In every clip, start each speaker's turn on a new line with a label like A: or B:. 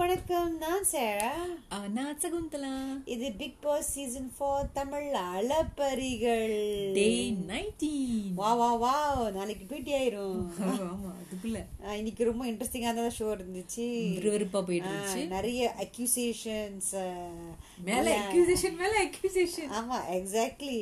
A: வணக்கம் நான் சேரா
B: அநாச்சகுந்தலா
A: இது big pass season four Tamil அலப்பரிகள்
B: டே நைன்டீன்
A: வா வா வா நாளைக்கு பிடி ஆயிரும்
B: ஆமா அதுக்குள்ள
A: ஆஹ், இன்னைக்கு ரொம்ப இன்ட்ரெஸ்டிங்காக தான் ஷோ இருந்துச்சு
B: விறுவிறுப்பா போயிட்டு இருந்துச்சு
A: ஆஹ், நிறைய அக்யூசேஷன்ஸ்
B: மேல அக்யூசேஷன் மேல அக்யூசேஷன்
A: ஆமா எக்ஸாக்ட்லி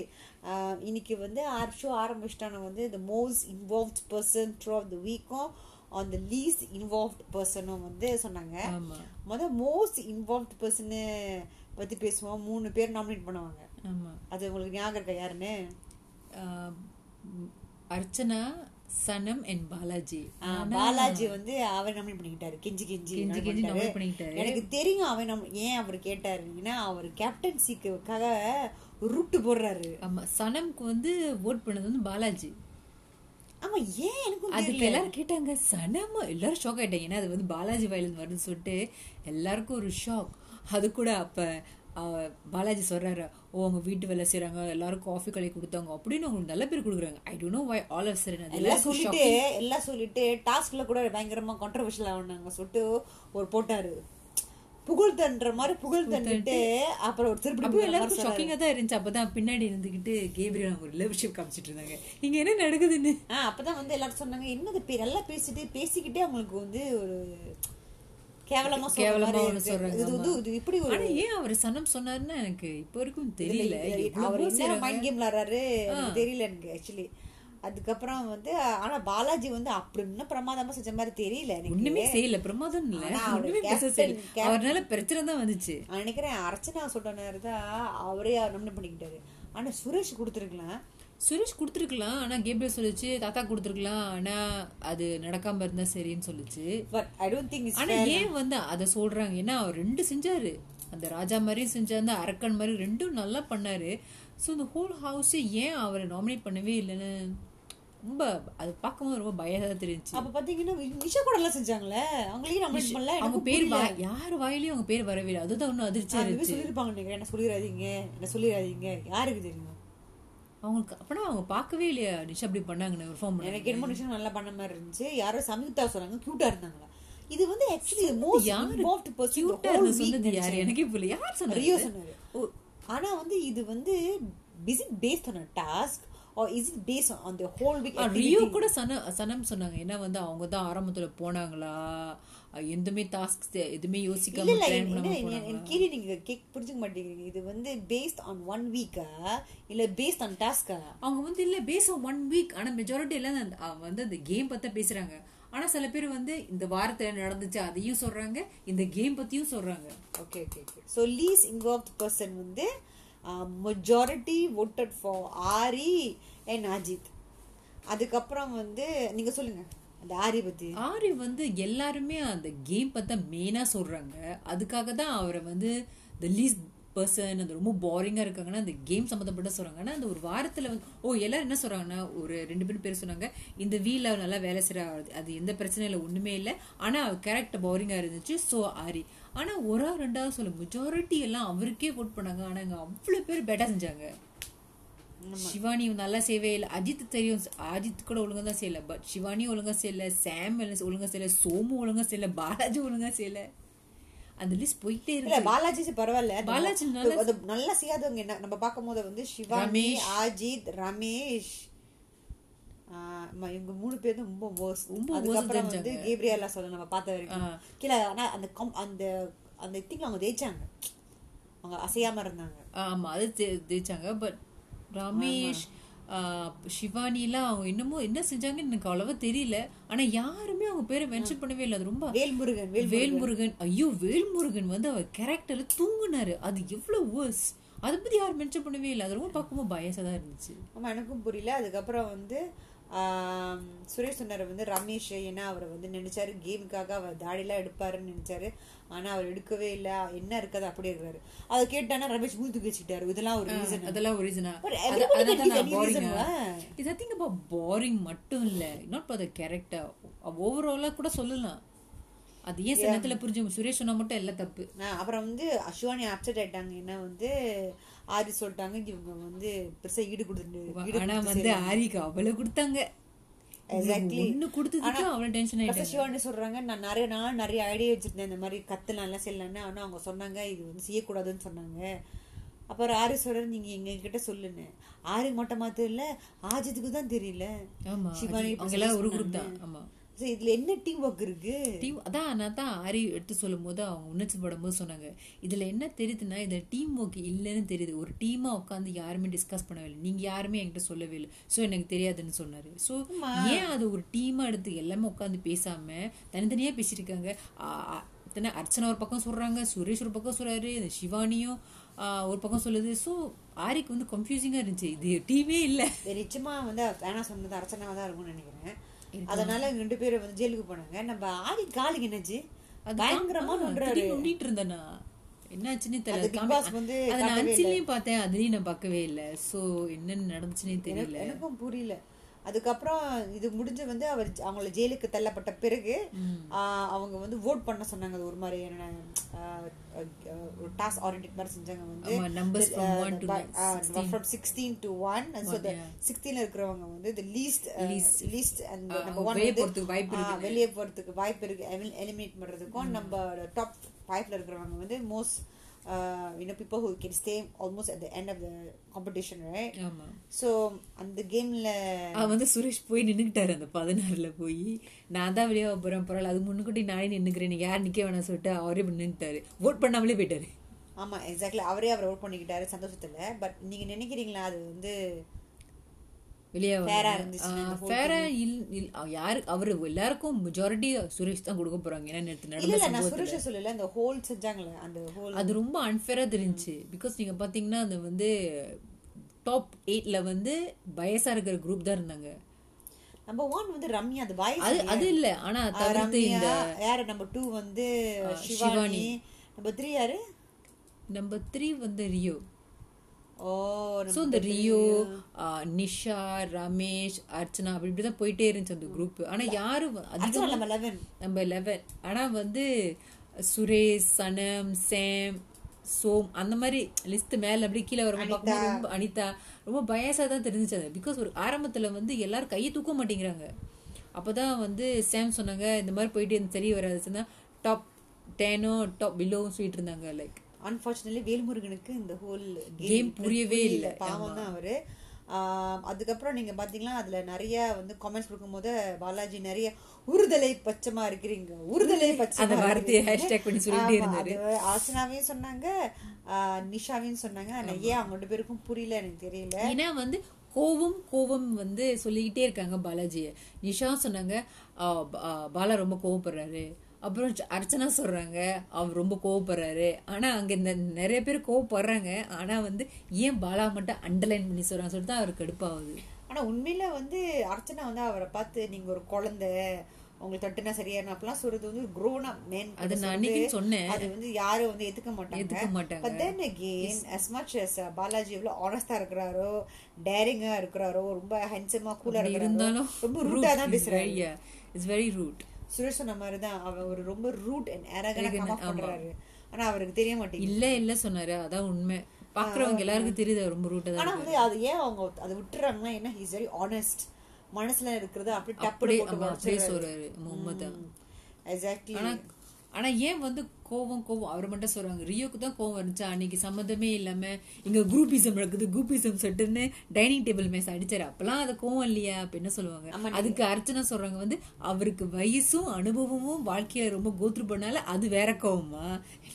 A: இன்னைக்கு வந்து ஆறு ஷோ ஆரம்பிச்சிட்டான வந்து இந்த most involved person through of the வீக்கும் ஆன் த லீஸ்ட் இன்வால்வ்ட் பர்சனும் வந்து சொன்னாங்க
B: ஆமா
A: மொதல் மோஸ்ட் இன்வால்வ்ட் பர்சன் பத்தி பேசுவோம் மூணு பேர் நாமினேட் பண்ணுவாங்க
B: ஆமா
A: அது உங்களுக்கு ஞாபகம் இருக்கா யாருன்னு
B: ஆஹ் ம், அர்ச்சனா சனம் அண்ட் பாலாஜி
A: ஆ, பாலாஜி வந்து அவர் நாமினேட் பண்ணிக்கிட்டாரு கெஞ்சி கெஞ்சி
B: கெஞ்சி
A: nominate
B: கெஞ்சி
A: பண்ணிட்டாரு.
B: nominate பண்ணிக்கிட்டாரு.
A: எனக்கு தெரியும் அவன் நம்ம ஏன் அவர் கேட்டாரு ஏன்னா அவர் கேப்டன்சிக்காக ரூட்டு போடுறாரு
B: ஆமா சனம்க்கு வந்து ஓட் பண்ணது வந்து பாலாஜி
A: ஆமா ஏன் எனக்கும்
B: அதுக்கு
A: தெரியல
B: எல்லாரும் கேட்டாங்க சனமா எல்லாரும் ஷாக் ஆயிட்டாங்க ஏன்னா அது வந்து பாலாஜி வயலன் வருதுன்னு சொல்லிட்டு எல்லாருக்கும் ஒரு ஷாக் அது கூட அப்ப அஹ், பாலாஜி சொல்றாரு ஓ அவங்க வீட்டு வேலை செய்றாங்க எல்லாரும் காஃபி கலை கொடுத்தாங்க அப்படின்னு அவங்களுக்கு நல்ல பேர் கொடுக்குறாங்க I don't know why all of sudden
A: எல்லாம்
B: அது எல்லாருக்கும்
A: சொல்லிட்டு
B: ஷாக்
A: எல்லாம் சொல்லிட்டு டாஸ்க்ல கூட பயங்கரமா கான்ட்ரவர்ஷியல் ஆகுனாங்க சொல்லிட்டு ஒரு போட்டாரு புகழ் தன்ற மாதிரி புகழ் தண்டுட்டு அப்புறம் ஒரு திருப்பி
B: அப்போ எல்லாருக்கும் ஷாக்கிங்கா தான் இருந்துச்சு அப்பதான் பின்னாடி இருந்துகிட்டு கேப்ரியல் அவங்க ரிலேஷன்ஷிப் காமிச்சிட்டு இருந்தாங்க இங்க என்ன நடக்குதுன்னு
A: ஆ அப்பதான் வந்து எல்லாரும் சொன்னாங்க என்னது பே- நல்லா பேசிட்டு பேசிக்கிட்டே அவங்களுக்கு வந்து ஒரு கேவலமா சொல்ற
B: கேவலமா
A: மாதிரி
B: ஒண்ணு
A: இருக்கு.
B: சொல்றாங்க,
A: இது வந்து இது இப்படி ஒரு
B: ஆனா ஏன் அவர் சனம் சொன்னாருன்னா எனக்கு இப்போ வரைக்கும்
A: இதுல
B: தெரியல
A: இது- அவர்
B: எவ்வளவோ
A: என்ன
B: செய்றாங்க.
A: மைண்ட் கேம் விளாடுறாரு எனக்கு தெரியல எனக்கு ஆக்சுவலி அதுக்கப்புறம் வந்து ஆனா பாலாஜி வந்து அப்படின்னு பிரமாதமா செஞ்ச மாதிரி தெரியல எனக்கு
B: ஒண்ணுமே செய்யல பிரமாதம் இல்ல
A: ஆனா அவரு
B: ஒண்ணுமே பேச
A: captain,
B: செய்யல
A: captain.
B: அவர்னால பிரச்சனை தான் வந்துச்சு
A: நான் நினைக்கிறேன் அர்ச்சனா சொல்ற நேரம் தான் அவரே நம்ம பண்ணிக்கிட்டாரு ஆனா சுரேஷ் கொடுத்துருக்கலாம்
B: சுரேஷ் கொடுத்துருக்கலாம் ஆனா கேப்ரியல் சொல்லுச்சு தாத்தா கொடுத்துருக்கலாம் ஆனா அது நடக்காம இருந்தா சரின்னு சொல்லுச்சு
A: பட் ஐ டோன்ட் திங்க்
B: ஆனா ஏன் வந்து அதை சொல்றாங்க ஏன்னா அவர் ரெண்டு செஞ்சாரு அந்த ராஜா மாதிரியும் செஞ்சாரு அந்த அரக்கன் மாதிரி ரெண்டும் நல்லா பண்ணாரு ஸோ இந்த ஹோல் ஹவுஸ் ஏன் அவரை நாமினேட் பண்ணவே இல்லைன்னு ரொம்ப அது பார்க்கும்போது ரொம்ப பயதா தெரிஞ்சுச்சு
A: அப்ப பாத்தீங்கன்னா விஷ- விஷ கூட எல்லாம் செஞ்சாங்களே அவங்களையும் நம்ம பண்ணல
B: அவங்க
A: எனக்கு
B: பேர்
A: பேர்
B: வா- யார் வாயிலயும் அவங்க பேர் வரவே இல்லை அதுதான் ஒன்றும் அதிர்ச்சியா
A: அது
B: இருந்துச்சு
A: சொல்லிருப்பாங்க நினைக்கிறேன் என்ன சொல்லிடாதீங்க என்ன சொல்லிடாதீங்க யாருக்கு தெரியும்
B: அவங்களுக்கு அப்பனா அவங்க பார்க்கவே இல்லையா நிஷா அப்படி பண்ணாங்கன்னு பெர்ஃபார்ம் பண்ணாங்க
A: எனக்கு என்னமோ நிஷா நல்லா பண்ண மாதிரி இருந்துச்சு யாரோ சம்யுக்தா சொன்னாங்க கியூட்டா இருந்தாங்களா இது வந்து ஆக்சுவலி மோஸ்ட்
B: யாரு
A: இன்வால்வ்ட் பர்சன்
B: கியூட்டா இருந்து சொன்னது யார் எனக்கே புரியல யார்
A: ரியோ
B: சொன்னாரு
A: சொன்னாரு ஆனா வந்து இது வந்து is it based on task or is it based on the whole week
B: ஆ, ரியோ கூட சனம் சனம் சொன்னாங்க ஏன்னா வந்து அவங்க தான் ஆரம்பத்துல போனாங்களா அஹ் எதுவுமே டாஸ்க் எதுவுமே
A: இல்ல
B: யோசிக்காம
A: இல்ல
B: பிளான்
A: என்ன
B: பண்ணாம
A: என்
B: போனாங்க
A: கேள்வி நீங்க கேக் புரிஞ்சுக்க மாட்டேங்கிறீங்க இது வந்து பேஸ்ட் ஆன் ஒன் வீக்கா இல்ல பேஸ்ட் ஆன் டாஸ்கா
B: அவங்க வந்து இல்ல பேஸ் ஆன் ஒன் வீக் ஆனா மெஜாரிட்டி எல்லாம் அந்த- அஹ் வந்து அந்த கேம் பத்தி பேசுறாங்க ஆனா சில பேர் வந்து இந்த வாரத்துல நடந்துச்சு அதையும் சொல்றாங்க இந்த கேம் பத்தியும் சொல்றாங்க
A: okay okay okay so least involved person வந்து majority voted for Aari and Ajith அதுக்கப்புறம் வந்து நீங்க சொல்லுங்க அந்த ஆரி பத்தி
B: ஆரி வந்து எல்லாருமே அந்த கேம் பத்தி மெயினா சொல்றாங்க அதுக்காக தான் அவரை வந்து த லீஸ்ட் பர்சன் அந்த ரொம்ப போரிங்கா இருக்காங்கன்னா அந்த கேம் சம்மந்தப்பட்ட சொல்றாங்க ஆனா அந்த ஒரு வாரத்துல வந்து ஓ எல்லாரும் என்ன சொல்றாங்கன்னா ஒரு ரெண்டு பேரும் பேர் சொன்னாங்க இந்த வீல நல்லா வேலை செய்யற ஆள். அது எந்த பிரச்சனையும் இல்லை ஒண்ணுமே இல்லை ஆனா அவர் கேரக்டர் போரிங்கா இருந்துச்சு சோ ஆரி ஆனா ஒரு ஆள் ரெண்டாவது சொல்ல மெஜாரிட்டி எல்லாம் அவருக்கே vote பண்ணாங்க ஆனா இங்க அவ்வளவு பேர் பேட்டா செஞ்சாங்க சிவானி நல்லா செய்யவே இல்லை அஜித் தெரியும் அஜித் கூட ஒழுங்கா தான் செய்யல பட் சிவானி ஒழுங்கா செய்யல சாம் எல்லாம் ஒழுங்கா செய்யல சோமு ஒழுங்கா செய்யல பாலாஜி ஒழுங்கா செய்யல அந்த லிஸ்ட் போயிட்டே
A: இல்ல
B: இருக்கு
A: பாலாஜி பரவாயில்ல அது
B: பாலாஜி நல்லா
A: அது நல்லா செய்யாதவங்க என்ன நம்ம பார்க்கும் போது வந்து சிவானி
B: ரமேஷ்.
A: அஜித் ரமேஷ் ஆஹ் ஆமா, இவங்க மூணு பேரும் ரொம்ப worst.
B: ரொம்ப worst
A: அதுக்கப்புறம்
B: தெரிஞ்சாங்க.
A: வந்து கேப்ரியலா சொல்ல நம்ம பார்த்த வரைக்கும் கீழே ஆனா அந்த com- அந்த அந்த திங்ல அவங்க ஜெயிச்சாங்க அவங்க அசையாம இருந்தாங்க
B: ஆமா அது ஜெ- ஜெயிச்சாங்க பட் ரமேஷ் ஆஹ், சிவானி எல்லாம் அவங்க இன்னமும் என்ன செஞ்சாங்கன்னு எனக்கு அவ்வளவா தெரியல ஆனா யாருமே அவங்க பேரை மென்ஷன் பண்ணவே இல்லை அது ரொம்ப
A: வேல்முருகன் வேல்
B: வேல்முருகன் ஐயோ வேல்முருகன் வந்து அவர் கேரக்டர்ல தூங்குனாரு அது எவ்வளவு worse அதை பத்தி யாரும் மென்ஷன் பண்ணவே இல்லை அது ரொம்ப பார்க்கும்போது பயசா தான் இருந்துச்சு
A: ஆமா எனக்கும் புரியல அதுக்கப்புறம் வந்து ஆம், சுரேஷ் சொன்னார் வந்து ரமேஷ் ஏன்னா அவர் வந்து நினைச்சாரு கேமுக்காக அவர் தாடிலாம் எடுப்பாருன்னு நினைச்சாரு ஆனா அவர் எடுக்கவே இல்ல என்ன இருக்குது அப்படியே இருக்காரு அதை கேட்டானா ரமேஷ் மூஞ்சி தூக்கி வச்சுக்கிட்டாரு இதெல்லாம் ஒரு ரீசன்
B: அதெல்லாம் ஒரு ரீசனா
A: But everybody can give any reason why.
B: இது திங்க் அபவுட் போரிங் மட்டும் இல்ல நாட் ஃபார் த கேரக்டர் ஓவராலா கூட சொல்லலாம் அது ஏன் சில நேரத்துல புரிஞ்சு சுரேஷ் சொன்னா மட்டும் எல்லாம் தப்பு
A: அப்புறம் வந்து அஸ்வானி அப்செட் ஆயிட்டாங்க ஏன்னா வந்து ஆதி சொல்லிட்டாங்க இவங்க வந்து பெருசா ஈடு கொடுத்துட்டு ஈடு
B: ஆனா
A: கொடுத்து
B: வந்து ஆரிக்கு அவ்வளவு கொடுத்தாங்க
A: எக்ஸாக்ட்லி
B: ஒண்ணு கொடுத்ததுக்கு அவ்வளவு டென்ஷன் ஆயிட்டாங்க
A: என்ன சொல்றாங்க நான் நிறைய நாள் நிறைய ஐடியா வச்சிருந்தேன் இந்த மாதிரி கத்தலாம்லாம் செய்யலாம்னு ஆனா அவங்க சொன்னாங்க இது வந்து செய்யக்கூடாதுன்னு சொன்னாங்க அப்புறம் ஆரி சொல்றேன் நீங்க எங்க கிட்ட சொல்லுன்னு ஆரி மொட்டை மாத்து இல்ல ஆஜித்துக்கு தான் தெரியல
B: ஆமா
A: சிவானி இப்ப
B: அவங்க எல்லாம் ஒரு
A: சொன்னாங்க.
B: குரூப் தான் ஆமா
A: So, இதுல என்ன டீம் ஒர்க் இருக்கு
B: டீம் அதான் நான் தான் ஆரி எடுத்து சொல்லும் போது அவங்க உணர்ச்சிப்படும் போது சொன்னாங்க இதுல என்ன தெரியுதுன்னா இதுல டீம் ஒர்க் இல்லைன்னு தெரியுது ஒரு டீமா உட்காந்து யாருமே டிஸ்கஸ் பண்ணவே இல்லை நீங்க யாருமே என்கிட்ட சொல்லவே இல்லை ஸோ எனக்கு தெரியாதுன்னு சொன்னாரு ஸோ ஏன் அது ஒரு டீமா எடுத்து எல்லாமே உட்காந்து பேசாம தனித்தனியா பேசியிருக்காங்க ஆ, ஆ, இத்தனை அர்ச்சனா ஒரு பக்கம் சொல்றாங்க சுரேஷ் ஒரு பக்கம் சொல்றாரு இந்த சிவானியும் ஆ, ஒரு பக்கம் சொல்லுது ஸோ ஆரிக்கு வந்து கன்ஃபியூசிங்கா இருந்துச்சு இது டீமே இல்லை
A: இது நிச்சயமா வந்து வேணா சொன்னது அரசனாவா தான் இருக்கும்னு நினைக்கிறேன் அதனால இவங்க ரெண்டு பேரும் வந்து ஜெயிலுக்கு போனாங்க நம்ம ஆரி காலுக்கு என்னச்சு பயங்கரமா நொன்றாரு
B: நொண்டிட்டு இருந்தேனா என்னாச்சுன்னே தெரியல
A: அது Big Boss வந்து
B: அது நான் அன்சிலையும் பார்த்தேன் அதுலயும் நான் பார்க்கவே இல்ல சோ என்னன்னு நடந்துச்சுன்னே தெரியல
A: எனக்கு- எனக்கும் புரியல அதுக்கப்புறம் இது முடிஞ்சு வந்து அவர் ஜ- அவங்கள ஜெயிலுக்கு தள்ளப்பட்ட பிறகு ஆஹ், அவங்க வந்து ஓட் பண்ண சொன்னாங்க அது ஒரு மாதிரியான ஆஹ், ஆஹ், ஒரு டாஸ்க் ஆடிட் மாதிரி செஞ்சாங்க வந்து uh,
B: ஆமா, numbers from one to
A: from sixteen to one so சிக்ஸ்டீன்ல இருக்கிறவங்க வந்து uh, the least least and நம்ம ஒன்
B: வெளிய போறதுக்கு வாய்ப்பு
A: வெளியே போறதுக்கு வாய்ப்பு இருக்கு எலிமினேட் பண்றதுக்கும் நம்ம டாப் ஃபைவ்ல இருக்கிறவங்க வந்து uh, most you know people who can stay almost at the end of the competition right
B: ஆமா
A: ஸோ அந்த கேம்ல
B: அவன் வந்து சுரேஷ் போய் நின்னுக்கிட்டாரு அந்த பதினாறுல போய் நான் தான் வெளியே போறேன் பரவாயில்ல அது முன்னுக்கூட்டி நானே நின்னுக்கிறேன் நீங்க யார் நிக்க வேணாம் சொல்லிட்டு அவரே போய் நின்னுட்டாரு ஓட் பண்ணாமலே போயிட்டாரு
A: ஆமா எக்ஸாக்ட்லி அவரே அவர் ஓட் பண்ணிக்கிட்டாரு சந்தோஷத்துல பட் நீங்க நினைக்கிறீங்களா அது வந்து
B: வெளியே
A: Fair-ஆ இருந்துச்சுன்னா இந்த vote
B: ஃபேரா இல் யாரு அவரு எல்லாருக்கும் மெஜாரிட்டி சுரேஷ் தான் கொடுக்க போறாங்க ஏன்னா நேத்து
A: இல்ல
B: நடந்த
A: இல்ல நான் சுரேஷ சொல்லல அந்த ஹோல் செஞ்சாங்களே அந்த ஹோல்
B: அது ரொம்ப அன்ஃபேரா தெரிஞ்சுச்சு பிகாஸ் நீங்க பாத்தீங்கன்னா அது வந்து டாப் எயிட்ல வந்து வயசா இருக்கிற குரூப் தான் இருந்தாங்க
A: நம்பர் ஒன் வந்து ரம்யா அது பாய்ஸ்
B: அது அது இல்ல ஆனா தவிர்த்து
A: ரம்யா
B: இந்த
A: யாரு நம்பர் டூ வந்து சிவானி நம்பர் த்ரீ யாரு
B: நம்பர் த்ரீ வந்து ரியோ
A: ஓ
B: ஸோ இந்த ரியோ ஆ, நிஷா ரமேஷ் அர்ச்சனா அப்படி இப்படிதான் போயிட்டே இருந்துச்சு அந்த குரூப் ஆனா யாரும் அதிகம்
A: ஆக்சுவலா நம்ம லெவன்
B: நம்ம லெவன் ஆனா வந்து சுரேஷ் சனம் சேம் சோம் அந்த மாதிரி லிஸ்ட் மேல அப்படியே கீழே வர பார்க்கும்போது ரொம்ப அனிதா ரொம்ப பயசா தான் தெரிஞ்சுச்சு அது பிகாஸ் ஒரு ஆரம்பத்துல வந்து எல்லாரும் கையை தூக்க மாட்டேங்கிறாங்க அப்பதான் வந்து சேம் சொன்னாங்க இந்த மாதிரி போயிட்டு எனக்கு தெரிய வராதுன்னா டாப் டேனோ டாப் பிலோவும் சொல்லிட்டு இருந்தாங்க லைக்
A: அன்ஃபார்ச்சுனேட்லி வேல்முருகனுக்கு இந்த ஹோல்
B: Game புரியவே இல்ல.
A: பாவம் தான் அவரு ஆம், அதுக்கப்புறம் நீங்க பாத்தீங்கன்னா அதுல நிறைய வந்து காமெண்ட்ஸ் கொடுக்கும்போது பாலாஜி நிறைய உறுதலை பச்சமா இருக்கிறீங்க உறுதலை பச்சமா
B: அந்த வார்த்தையை hashtag பண்ணி சொல்லிட்டே
A: இருந்தாரு ஆசனாவையும் சொன்னாங்க ஆ, நிஷாவையும் சொன்னாங்க ஆனா ஏன் அவங்க ரெண்டு பேருக்கும் புரியல எனக்கு தெரியல
B: ஏன்னா வந்து கோவம் கோவம் வந்து சொல்லிக்கிட்டே இருக்காங்க பாலாஜியை நிஷா சொன்னாங்க ஆ, ப- ஆ, பாலா ரொம்ப கோவப்படுறாரு அப்புறம் ச- அர்ச்சனா சொல்றாங்க அவர் ரொம்ப கோவப்படுறாரு ஆனா அங்க இந்த நிறைய பேர் கோவப்படுறாங்க ஆனா வந்து ஏன் பாலா மட்டும் அண்டர்லைன் பண்ணி சொல்றாங்க சொல்லிட்டு தான் அவருக்கு கடுப்பாகுது
A: ஆனா உண்மையில வந்து அர்ச்சனா வந்து அவரை பார்த்து நீங்க ஒரு குழந்தை உங்களுக்கு தட்டுனா சரியா அப்பெல்லாம் சொல்றது வந்து grown up man
B: அது
A: கிட்ட
B: நான்
A: சொல்றது,
B: அன்னைக்கு சொன்னேன்.
A: அது வந்து யாரும் வந்து ஏத்துக்க மாட்டாங்க
B: ஏத்துக்க மாட்டாங்க
A: but then again as much as uh, Balaji எவ்வளோ ஆனஸ்டாக இருக்கிறாரோ டேரிங்கா இருக்கிறாரோ ரொம்ப ஹேண்ட்ஸமாக கூலாக
B: அப்படி
A: இருக்கிறாரோ
B: இருந்தாலும்
A: ரொம்ப ரூட்டாக தான் பேசுறாரு
B: இட்ஸ் வெரி ரூட்
A: சுரேஷ் சொன்ன மாதிரி தான் அவர் ஒரு ரொம்ப rude and arrogant
B: Arrogant,
A: comma
B: ஆமா.
A: பண்றாரு ஆனா அவருக்கு தெரிய மாட்டேங்குது
B: இல்ல இல்ல சொன்னாரு அதான் உண்மை பாக்குறவங்க எல்லாருக்கும் தெரியுது அவர் ரொம்ப ரூட்டா
A: ஆனா
B: தான்
A: வந்து அது ஏன் அவங்க அதை விட்டுறாங்கன்னா என்ன இஸ் வெரி ஆனஸ்ட் மனசுல இருக்கிறது அப்படி டப்புடி
B: அப்படியே ஆமா, அப்படியே சொல்றாரு முகமது
A: எக்ஸாக்ட்லி
B: ஆனா ஆனா ஏன் வந்து கோவம் கோவம் அவர் மட்டும் சொல்றாங்க ரியோக்கு தான் கோவம் இருந்துச்சு அன்னைக்கு சம்மந்தமே இல்லாம இங்க குரூப்பிசம் நடக்குது குரூப்பிசம் சொல்லிட்டுன்னு டைனிங் டேபிள் மேஸ் அடிச்சாரு அப்பெல்லாம் அது கோவம் இல்லையா அப்படின்னு சொல்லுவாங்க அதுக்கு அர்ச்சனா சொல்றாங்க வந்து அவருக்கு வயசும் அனுபவமும் வாழ்க்கையில ரொம்ப கோத்ரு பண்ணால அது வேற கோவமா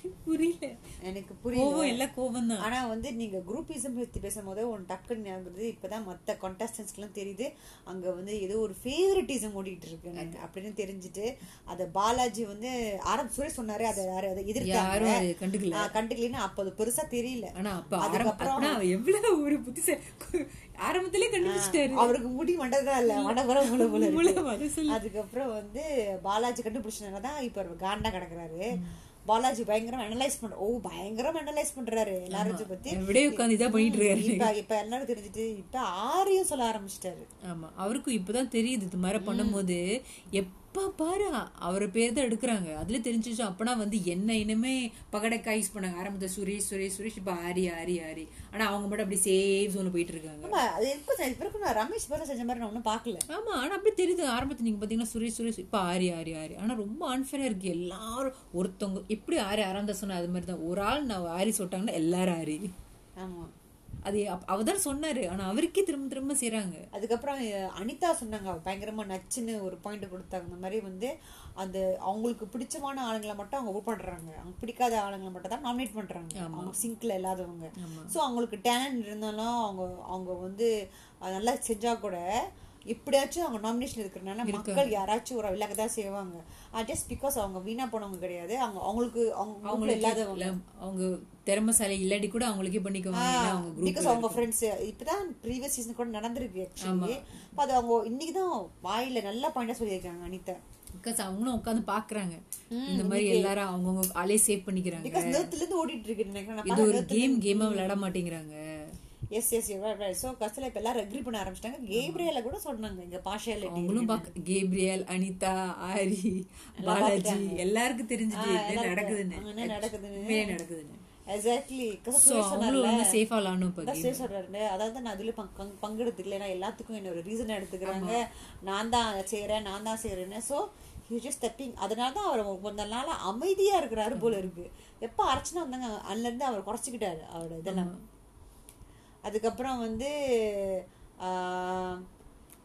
B: எனக்கு புரியல
A: எனக்கு புரியல
B: கோவம் எல்லாம் கோவம் தான்
A: ஆனா வந்து நீங்க குரூப்பிசம் பத்தி பேசும்போது ஒன்று டக்குன்னு ஞாபகம் வருது. இப்பதான் மத்த கான்டஸ்டன்ஸ்க்குலாம் தெரியுது அங்க வந்து ஏதோ ஒரு ஃபேவரட்டிசம் ஓடிட்டு இருக்கு எனக்கு அப்படின்னு தெரிஞ்சுட்டு அத பாலாஜி வந்து ஆரம்ப சுரேஷ் சொன்னாரு அதை யாரும் அதை எதிர்த்தாங்க
B: யாரும் அது கண்டுக்கல
A: ஆஹ் கண்டுக்கலாம் அப்ப அது பெருசா தெரியல
B: ஆனா அப்ப ஆரம்ப- அப்பனா அவர் எவ்வளவு ஒரு புத்திச ஆரம்பத்திலே கண்டுபிடிச்சிட்டாரு
A: அவருக்கு முடி மண்டதான் இல்ல மடபுறம் முழு முழு இருக்கு.
B: மூளை வர சொல்லு.
A: அதுக்கப்புறம் வந்து பாலாஜி கண்டுபிடிச்சனால தான் இப்போ அவர் காண்டா கிடக்குறாரு பாலாஜி பயங்கரம் அனலைஸ் பண்ற ஓ பயங்கரம் அனலைஸ் பண்றாரு எல்லாரும் பத்தி
B: அப்படியே உட்கார்ந்து இதா பண்ணிட்டு இருக்காரு
A: இப்ப இப்ப எல்லாரும் தெரிஞ்சுட்டு இப்ப ஆரியும் சொல்ல ஆரம்பிச்சிட்டாரு
B: ஆமா அவருக்கும் இப்பதான் தெரியுது இது மாதிரி பண்ணும்போது எப் அப்பா பாரு அவர் பேர் தான் எடுக்கிறாங்க அதுல தெரிஞ்சிச்சு அப்பனா வந்து என்ன இனிமே பகடக்கா யூஸ் பண்ணாங்க ஆரம்பத்துல சுரேஷ் சுரேஷ் சுரேஷ் இப்ப ஆரி ஆரி ஆரி ஆனா அவங்க மட்டும் அப்படி சேவ் ஜோன்ல போயிட்டு இருக்காங்க
A: ஆமா அது இருக்கும் சார் இப்போ நான் ரமேஷ் படம் செஞ்ச மாதிரி நான் ஒன்றும் பார்க்கல
B: ஆமா ஆனா அப்படி தெரியுது ஆரம்பத்துல நீங்க பாத்தீங்கன்னா சுரேஷ் சுரேஷ் இப்ப ஆரி ஆரி ஆரி ஆனா ரொம்ப அன்ஃபேரா இருக்கு எல்லாரும் ஒருத்தவங்க எப்படி ஆரி ஆரம்பத்தை சொன்ன அது மாதிரி தான் ஒரு ஆள் நான் ஆரி சொல்லிட்டாங்கன்னா எல்லாரும் ஆரி
A: ஆமா
B: அது அப்- அவர்தான் சொன்னாரு ஆனா அவருக்கே திரும்ப திரும்ப செய்றாங்க
A: அதுக்கப்புறம் அஹ், அனிதா சொன்னாங்க அவ பயங்கரமா நச்சுன்னு ஒரு பாயிண்ட் கொடுத்தாங்க இந்த மாதிரி வந்து அந்த அவங்களுக்கு பிடிச்சமான ஆளுங்களை மட்டும் அவங்க ஓட் பண்றாங்க அவங்க பிடிக்காத ஆளுங்களை மட்டும் தான் நாமினேட் பண்றாங்க அவங்க சிங்க்ல இல்லாதவங்க ஸோ அவங்களுக்கு டேலண்ட் இருந்தாலும் அவங்க அவங்க வந்து அது நல்லா செஞ்சா கூட எப்படியாச்சும் அவங்க நாமினேஷன் இருக்கிறனால மக்கள் யாராச்சும் ஒரு விளக்க தான் செய்வாங்க ஜஸ்ட் பிகாஸ் அவங்க வீணா போனவங்க கிடையாது அவங்க அவங்களுக்கு அவங்க அவங்களுக்கு இல்லாதவங்க
B: இல்ல, அவங்க திறமசாலி இல்லாட்டி கூட அவங்களுக்கே பண்ணிக்குவாங்க ஏன்னா அவங்க
A: பிகாஸ்
B: குரூப்
A: அவங்க ஃப்ரெண்ட்ஸ் இப்பதான் ப்ரீவியஸ் சீசன் கூட நடந்திருக்கு ஆக்சுவலி அது அவங்க இன்னைக்கு தான் வாயில நல்ல பாயிண்டா சொல்லியிருக்காங்க அனிதா
B: பிகாஸ் அவங்களும் உட்காந்து பாக்குறாங்க இந்த மாதிரி எல்லாரும் அவங்கவங்க ஆளே சேவ் பண்ணிக்கிறாங்க
A: பிகாஸ் நேரத்துல இருந்து ஓடிட்டு இருக்கு நினைக்கிறேன்
B: இது ஒரு கேம் கேமா விளையாட மாட்டேங்கிறாங்க
A: எஸ் எஸ் சோ கஸ்டல இப்ப எல்லாரும் அக்ரி பண்ண ஆரம்பிச்சிட்டாங்க கேப்ரியல கூட சொன்னாங்க இங்க பாஷையில
B: அவங்களும் பாக்க கேப்ரியல் அனிதா ஆரி பாலாஜி எல்லாருக்கும் தெரிஞ்சுது என்ன நடக்குதுன்னு
A: என்ன நடக்குதுன்னு
B: உண்மையிலே நடக்குதுன்னு
A: எக்ஸாக்ட்லி
B: சோ அவங்களும் வந்து சேஃபா விளாடணும் இப்ப
A: தான் சுரேஷ் சொல்றாரு அதாவது நான் அதுல பங்கு- பங்கு- பங்கெடுத்துக்கல ஏன்னா எல்லாத்துக்கும் என்ன ஒரு ரீசன் எடுத்துக்கிறாங்க நான் தான் செய்றேன் நான் தான் செய்யறேன்னு சோ ஹி ஜஸ்ட் ஸ்டெப்பிங் அதனால தான் அவர் கொஞ்ச நாளா அமைதியா இருக்கிறாரு போல இருக்கு எப்ப அரைச்சுனா வந்தாங்க அதுல இருந்து அவர் குறைச்சிக்கிட்டாரு அவரோட இதெல்லாம் அதுக்கப்புறம் வந்து ஆஹ்,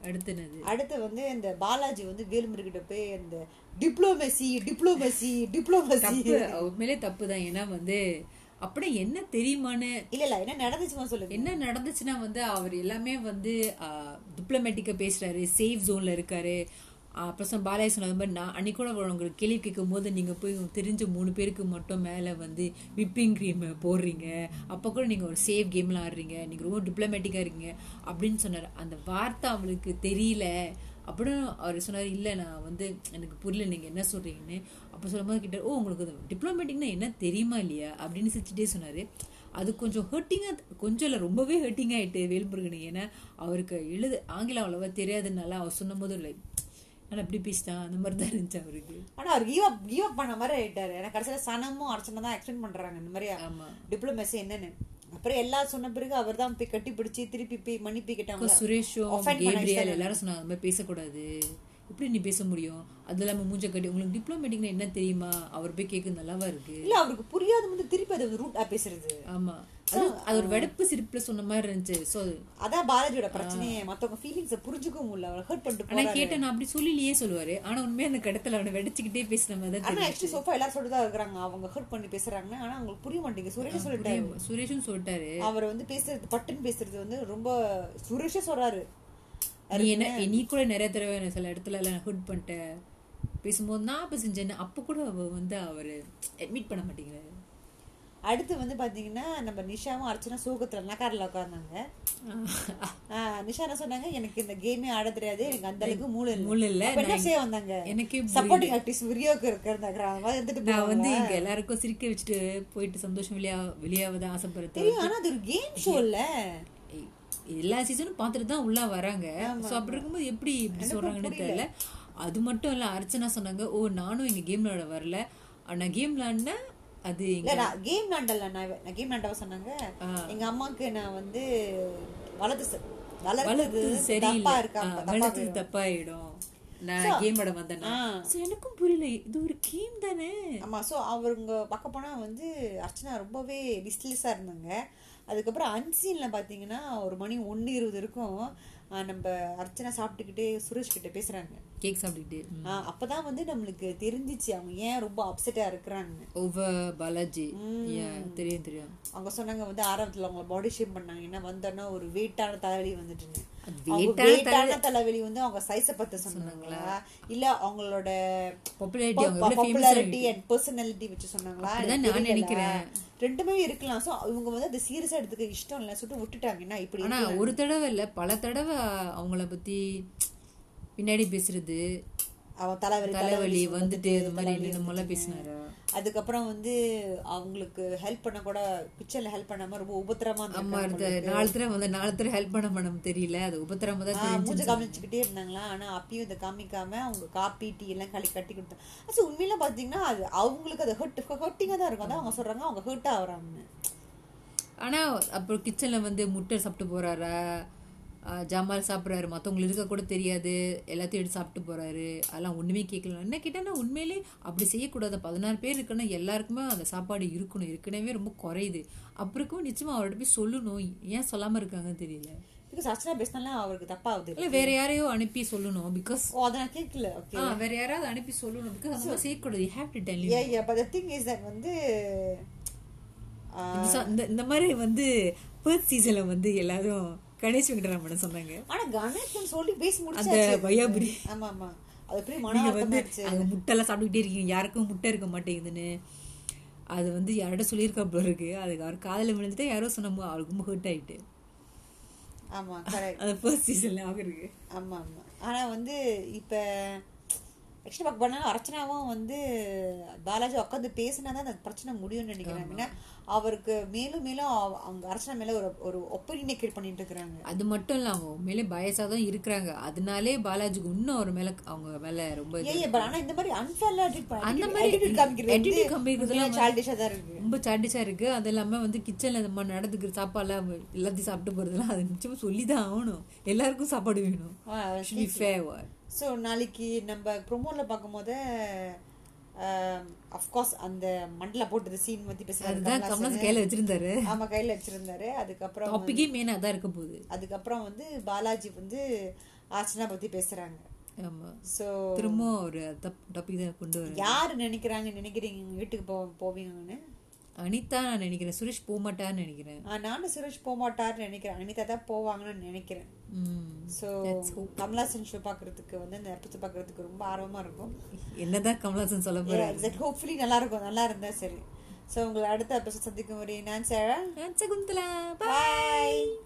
B: அடுத்து என்னது
A: அடுத்து வந்து இந்த பாலாஜி வந்து வேலுமுருகிட்ட போய் இந்த டிப்ளோமசி டிப்ளோமசி டிப்ளோமசி
B: தப்பு உண்மையிலே தப்பு தான் ஏன்னா வந்து அப்படியே என்ன தெரியுமான்னு
A: இல்ல இல்ல என்ன நடந்துச்சுமா சொல்லுங்க
B: என்ன நடந்துச்சுன்னா வந்து அவர் எல்லாமே வந்து டிப்ளமேட்டிக்கா பேசுறாரு சேஃப் ஜோன்ல இருக்காரு ஆ, அப்புறம் சொன்ன பாலாஜி சொன்ன மாதிரி நான் அன்னைக்கு கூட உங்களுக்கு கேள்வி கேட்கும் போது நீங்க போய் உங்களுக்கு தெரிஞ்ச மூணு பேருக்கு மட்டும் மேல வந்து விப்பிங் க்ரீம் போடுறீங்க அப்ப கூட நீங்க ஒரு சேஃப் கேம்லாம் ஆடுறீங்க நீங்க ரொம்ப டிப்ளமேட்டிக்கா இருக்கீங்க அப்படின்னு சொன்னாரு அந்த வார்த்தை அவளுக்கு தெரியல அப்படின்னு அவர் சொன்னார் இல்லை நான் வந்து எனக்கு புரியல நீங்கள் என்ன சொல்கிறீங்கன்னு அப்போ சொல்லும்போது கிட்ட ஓ உங்களுக்கு டிப்ளமேட்டிக்னா என்ன தெரியுமா இல்லையா அப்படின்னு சிரிச்சுட்டே சொன்னார் அது கொஞ்சம் ஹர்ட்டிங்காக கொஞ்சம் இல்லை ரொம்பவே ஹர்ட்டிங் ஆகிட்டு வேல்முருகன் ஏன்னா அவருக்கு எழுது ஆங்கிலம் அவ்வளோவா தெரியாதுனால அவர் சொன்னபோது இல்லை நான் அப்படி பேசிட்டான் அந்த மாதிரி தான் இருந்துச்சு அவருக்கு
A: ஆனா அவர் கிவ் அப் கிவ் அப் பண்ண மாதிரி ஆயிட்டாரு எனக்கு கடைசியில சனமும் அர்ச்சனை தான் எக்ஸ்பிளைன் பண்றாங்க இந்த மாதிரி
B: ஆமா.
A: டிப்ளமசி என்னன்னு அப்புறம் எல்லாம் சொன்ன பிறகு அவர் தான் போய் கட்டி பிடிச்சி திருப்பி போய் மன்னிப்பு கேட்டாங்க
B: சுரேஷும்
A: Offend பண்ண
B: கேப்ரியல் எல்லாரும் சொன்னாங்க அந்த மாதிரி பேசக்கூடாது எப்படி நீ பேச முடியும் அது இல்லாமல் மூஞ்ச கட்டி உங்களுக்கு டிப்ளமேட்டிக்னா என்ன தெரியுமா அவர் போய் கேட்க நல்லாவா இருக்கு
A: இல்ல அவருக்கு புரியாத வந்து திருப்பி அது ரூட்டா பேசுறது
B: ஆமா அது அது ஒரு வெடுப்பு சிரிப்புல சொன்ன மாதிரி இருந்துச்சு சோ
A: அதான் பாலாஜியோட பிரச்சனையே மத்தவங்க ஃபீலிங்ஸ புரிஞ்சுக்கவும் முடியல அவர் ஹர்ட் பண்ணிட்டு
B: ஆனா
A: போறாரு
B: கேட்ட நான் அப்படி சொல்லிலேயே சொல்லுவாரு ஆனா உண்மையா அந்த கடத்துல அவனை வெடிச்சுக்கிட்டே பேசின மாதிரி தான்
A: ஆனா ஆக்சுவலி சோஃபா எல்லாரும் சொல்லிதான் இருக்கிறாங்க அவங்க ஹர்ட் பண்ணி பேசுறாங்க ஆனா அவங்களுக்கு புரிய மாட்டேங்குது சுரேஷ் சொல்லிட்டாரு
B: தெரியும் சுரேஷும் சொல்லிட்டாரு
A: அவர் வந்து பேசுறது பட்டுன்னு பேசுறது வந்து ரொம்ப சுரேஷே சொல்றாரு
B: நீ என்ன நீ கூட நிறைய தடவை என்ன சில இடத்துல எல்லாம் ஹுட் பண்ணிட்ட பேசும்போது நான் அப்ப செஞ்சேன்னு அப்ப கூட அவ வந்து அவரு அட்மிட் பண்ண மாட்டேங்கிறாரு
A: அடுத்து வந்து பாத்தீங்கன்னா நம்ம நிஷாவும் அர்ச்சனா சோகத்துல நக்காரில் உட்கார்ந்தாங்க ஆஹ் நிஷா என்ன சொன்னாங்க எனக்கு இந்த கேமே ஆட தெரியாது எனக்கு அந்த அளவுக்கு மூளை இல்ல
B: மூளை இல்ல,
A: அப்ப என்ன
B: நான்
A: செய்ய வந்தாங்க
B: எனக்கே
A: சப்போர்ட்டிங் ஆர்டிஸ்ட் விரியோக்கு இருக்கிறதாங்க வந்துட்டு
B: நான் வந்து இங்க எல்லாருக்கும் சிரிக்க வச்சுட்டு போயிட்டு சந்தோஷம் வெளியா வெளியாவத ஆசைப்படுறது
A: தெரியும் ஆனா அது ஒரு கேம் ஷோ இல்ல
B: ஏய், எல்லா சீசனும் பார்த்துட்டு தான் உள்ள வராங்க சோ அப்படி இருக்கும்போது எப்படி இப்படி சொல்றாங்கன்னு தெரியல அது மட்டும் இல்ல அர்ச்சனா சொன்னாங்க ஓ நானும் எங்க கேம் விளையாட வரல ஆனா கேம் விளையாடினா அது எங்க-
A: இல்ல நான் கேம் நாண்டல்ல நான் நான் கேம் நாண்டவ சொன்னாங்க எங்க அம்மாக்கு நான் வந்து வளர்த்து ச-
B: வளர்த்து
A: வளர்த்தது
B: சரியில்லை
A: தப்பா
B: ஆ,
A: இருக்கா
B: வளர்த்தது தப்பாயிடும் நான் கேம் விட வந்தேன்னா So, எனக்கும் புரியல இது ஒரு கேம் தானே
A: ஆமா சோ அவங்க பார்க்க போனா வந்து அர்ச்சனா ரொம்பவே லிஸ்ட்லெஸ்ஸா இருந்தாங்க அதுக்கப்புறம் அன்சீன்ல பாத்தீங்கன்னா ஒரு மணி ஒன்னு இருபது இருக்கும் ஆஹ் நம்ம அர்ச்சனா சாப்பிட்டுக்கிட்டே சுரேஷ் கிட்ட பேசுறாங்க
B: கேக் சாப்பிட்டுக்கிட்டு ம்.
A: ஆஹ் அப்பதான் வந்து நம்மளுக்கு தெரிஞ்சிச்சு அவங்க ஏன் ரொம்ப அப்செட்டா இருக்கிறாங்க
B: ஒவ்வொரு பாலாஜி Yeah, தெரியும் தெரியும்
A: அவங்க சொன்னாங்க வந்து ஆரம்பத்துல அவங்கள பாடி ஷேம் பண்ணாங்க ஏன்னா வந்தோன்னா ஒரு வெயிட்டான தலைவலி வந்துட்டுன்னு
B: அது
A: அவங்க வெயிட்டான தலைவலி வந்து அவங்க சைஸை பத்தி சொன்னாங்களா இல்ல அவங்களோட
B: பாப்புலாரிட்டி அவங்க எவ்வளவு ஃபேமஸ்
A: பாப்புலாரிட்டி அண்ட் பர்சனாலிட்டி வச்சு சொன்னாங்களா
B: அப்படிதான் நான்
A: தெரியல.
B: நினைக்கிறேன்.
A: ரெண்டுமே இருக்கலாம் சோ இவங்க வந்து அதை சீரியஸா எடுத்துக்க இஷ்டம் இல்ல சொல்லிட்டு விட்டுட்டாங்கன்னா இப்படி
B: ஆனா ஒரு தடவை இல்ல பல தடவை அவங்கள பத்தி பின்னாடி பேசுறது
A: அவன் தலைவலி
B: தலைவலி வந்துட்டு இந்த மாதிரி என்னென்னமோலாம் பேசினாரு
A: அதுக்கப்புறம் வந்து அவங்களுக்கு ஹெல்ப் பண்ண கூட கிச்சன்ல ஹெல்ப் பண்ணாம ரொம்ப உபத்திரமா
B: அம்மா
A: இருந்தாங்க
B: அடுத்த நாலு தடவை வந்து நாலு தடவை ஹெல்ப் பண்ண பண்ண தெரியல அது உபத்திரமா தான்
A: மூஞ்ச
B: தெரிஞ்சு
A: காமிச்சுக்கிட்டே இருந்தாங்களா ஆனா அப்பயும் இதை காமிக்காம அவங்க காப்பி டீ எல்லாம் களி கட்டி கொடுத்தாங்க ஆச்சு உண்மையில பாத்தீங்கன்னா அது அவங்களுக்கு அது ஹர்ட் ஹர்ட்டிங்கா தான் இருக்கும் அதான் அவங்க சொல்றாங்க அவங்க ஹர்ட் ஆகுறாங்கன்னு
B: ஆனா அப்புறம் கிச்சன்ல வந்து முட்டை சாப்பிட்டு போறாரா ஆஹ் ஜமால் சாப்பிட்றாரு மற்றவங்களுக்கு இருக்க கூட தெரியாது எல்லாத்தையும் எடுத்து சாப்பிட்டு போறாரு அதெல்லாம் ஒண்ணுமே கேட்கல என்ன கேட்டேன்னா உண்மையிலே அப்படி செய்யக்கூடாது பதினாறு பேர் இருக்குன்னா எல்லாருக்குமே அந்த சாப்பாடு இருக்கணும் ஏற்கனவே ரொம்ப குறையுது அப்புறம் இருக்கவும் நிச்சயமா அவர்கிட்ட போய் சொல்லணும் ஏன் சொல்லாம இருக்காங்கன்னு தெரியல
A: பிகாஸ் அர்ச்சனா பேசினாலும் அவருக்கு தப்பா ஆகுது
B: இல்ல வேற யாரையோ அனுப்பி சொல்லணும் பிகாஸ்
A: ஓ அதை நான் கேட்கல ஓகே
B: வேற யாராவது அனுப்பி சொல்லணும் பிகாஸ் அந்த மாதிரி செய்யக்கூடாது you have to tell him.
A: A A but thing is that வந்து ஆ,
B: இந்த ச- இந்த- இந்த மாதிரி வந்து ஃபர்ஸ்ட் சீசன்ல வந்து எல்லாரும் கணேஷ் வெங்கடராமன் சொன்னாங்க
A: ஆனா கணேஷன் சொல்லி பேசி
B: அந்த
A: முடிச்சாச்சு
B: பயாபுரி
A: ஆமா ஆமா அது எப்படி
B: நீங்க வந்து
A: மனவாட்டமாச்சு
B: அங்க முட்டைலாம் சாப்பிட்டுக்கிட்டே இருக்கீங்க யாருக்கும் முட்டை இருக்க மாட்டேங்குதுன்னு அது வந்து யார்கிட்ட சொல்லியிருக்கா போல இருக்கு அதுக்கு அவர் காதுல விழுந்துட்டு யாரோ சொன்னமோ அவளுக்கு ரொம்ப ஹர்ட் ஆயிட்டு
A: ஆமா கரெக்ட்
B: அந்த ஃபர்ஸ்ட் சீசன்ல ஆகிருக்கு
A: ஆமா ஆமா ஆனா வந்து இப்ப ஆக்சுவலி பார்க்க போனாலும் அர்ச்சனாவும் வந்து பாலாஜி உட்காந்து பேசினா தான் அந்த பிரச்சனை முடியும்னு நினைக்கிறேன் ஏன்னா அவருக்கு மேலும் மேலும் அவ- அவங்க அர்ச்சனா மேல ஒரு ஒரு ஒப்பீனியை கிரியேட் பண்ணிட்டு இருக்கிறாங்க
B: அது மட்டும் இல்ல அவங்க உண்மையிலே பயசா தான் இருக்கிறாங்க அதனாலே பாலாஜிக்கு இன்னும் அவர் மேல அவங்க மேல ரொம்ப இது.
A: ஏன் ஏன் ஆனா இந்த மாதிரி அன்ஃபேர்லா ட்ரீட் பண்ணி
B: அந்த
A: அந்த
B: மாதிரி
A: மாதிரி எடிட் காமிக்கிறது
B: attitude காமிக்கிறதுலாம்
A: வந்து சால்டிஷா தான் இருக்கு
B: ரொம்ப சாட்டிஸா இருக்கு அது இல்லாம வந்து கிச்சன்ல இந்த மாதிரி நடந்துக்கிற சாப்பாடுலாம் எல்லாத்தையும் சாப்பிட்டு போறதெல்லாம் அது நிச்சயமா சொல்லிதான் ஆகணும் எல்லாருக்கும் சாப்பாடு வேணும்
A: ஆ,
B: Should be fair.
A: ஸோ நாளைக்கு நம்ம ப்ரொமோவில் பார்க்கும்போது அஃப்கோர்ஸ் அந்த மண்டல போட்டது சீன் பற்றி
B: அதுதான் கமலன் கையில வச்சிருந்தாரு
A: ஆமா கையில் வச்சிருந்தாரு அதுக்கப்புறம் வந்து-
B: டாபிக்கே மெயினா தான் இருக்க போகுது
A: அதுக்கப்புறம் வந்து பாலாஜி வந்து அர்ச்சனா பற்றி பேசுகிறாங்க
B: ஆமா
A: ஸோ
B: திரும்பவும் ஒரு டாபிக் தான் கொண்டு வரேன்
A: யார் நினைக்கிறாங்க நினைக்கிறீங்க உங்க வீட்டுக்கு போ போவீங்கன்னு
B: அனிதா நான் நினைக்கிறேன் சுரேஷ் போக மாட்டான்னு நினைக்கிறேன்
A: ஆ, நானும் சுரேஷ் போக மாட்டார்னு நினைக்கிறேன் அனிதா தான் போவாங்கன்னு நினைக்கிறேன்
B: உம்.
A: ஸோ கமலாசன் ஷோ பார்க்குறதுக்கு வந்து இந்த எபிசோட் பார்க்குறதுக்கு ரொம்ப ஆர்வமாக இருக்கும்
B: என்னதான் கமலஹாசன் சொல்ல போறேன்
A: எக்ஸாக்ட் ஹோப்ஃபுல்லி நல்லா இருக்கும் நல்லா இருந்தா சரி ஸோ உங்களை அடுத்த எபிசோட் சந்திக்கும் வரை நான் சேரா
B: சகுந்தலா
A: பாய்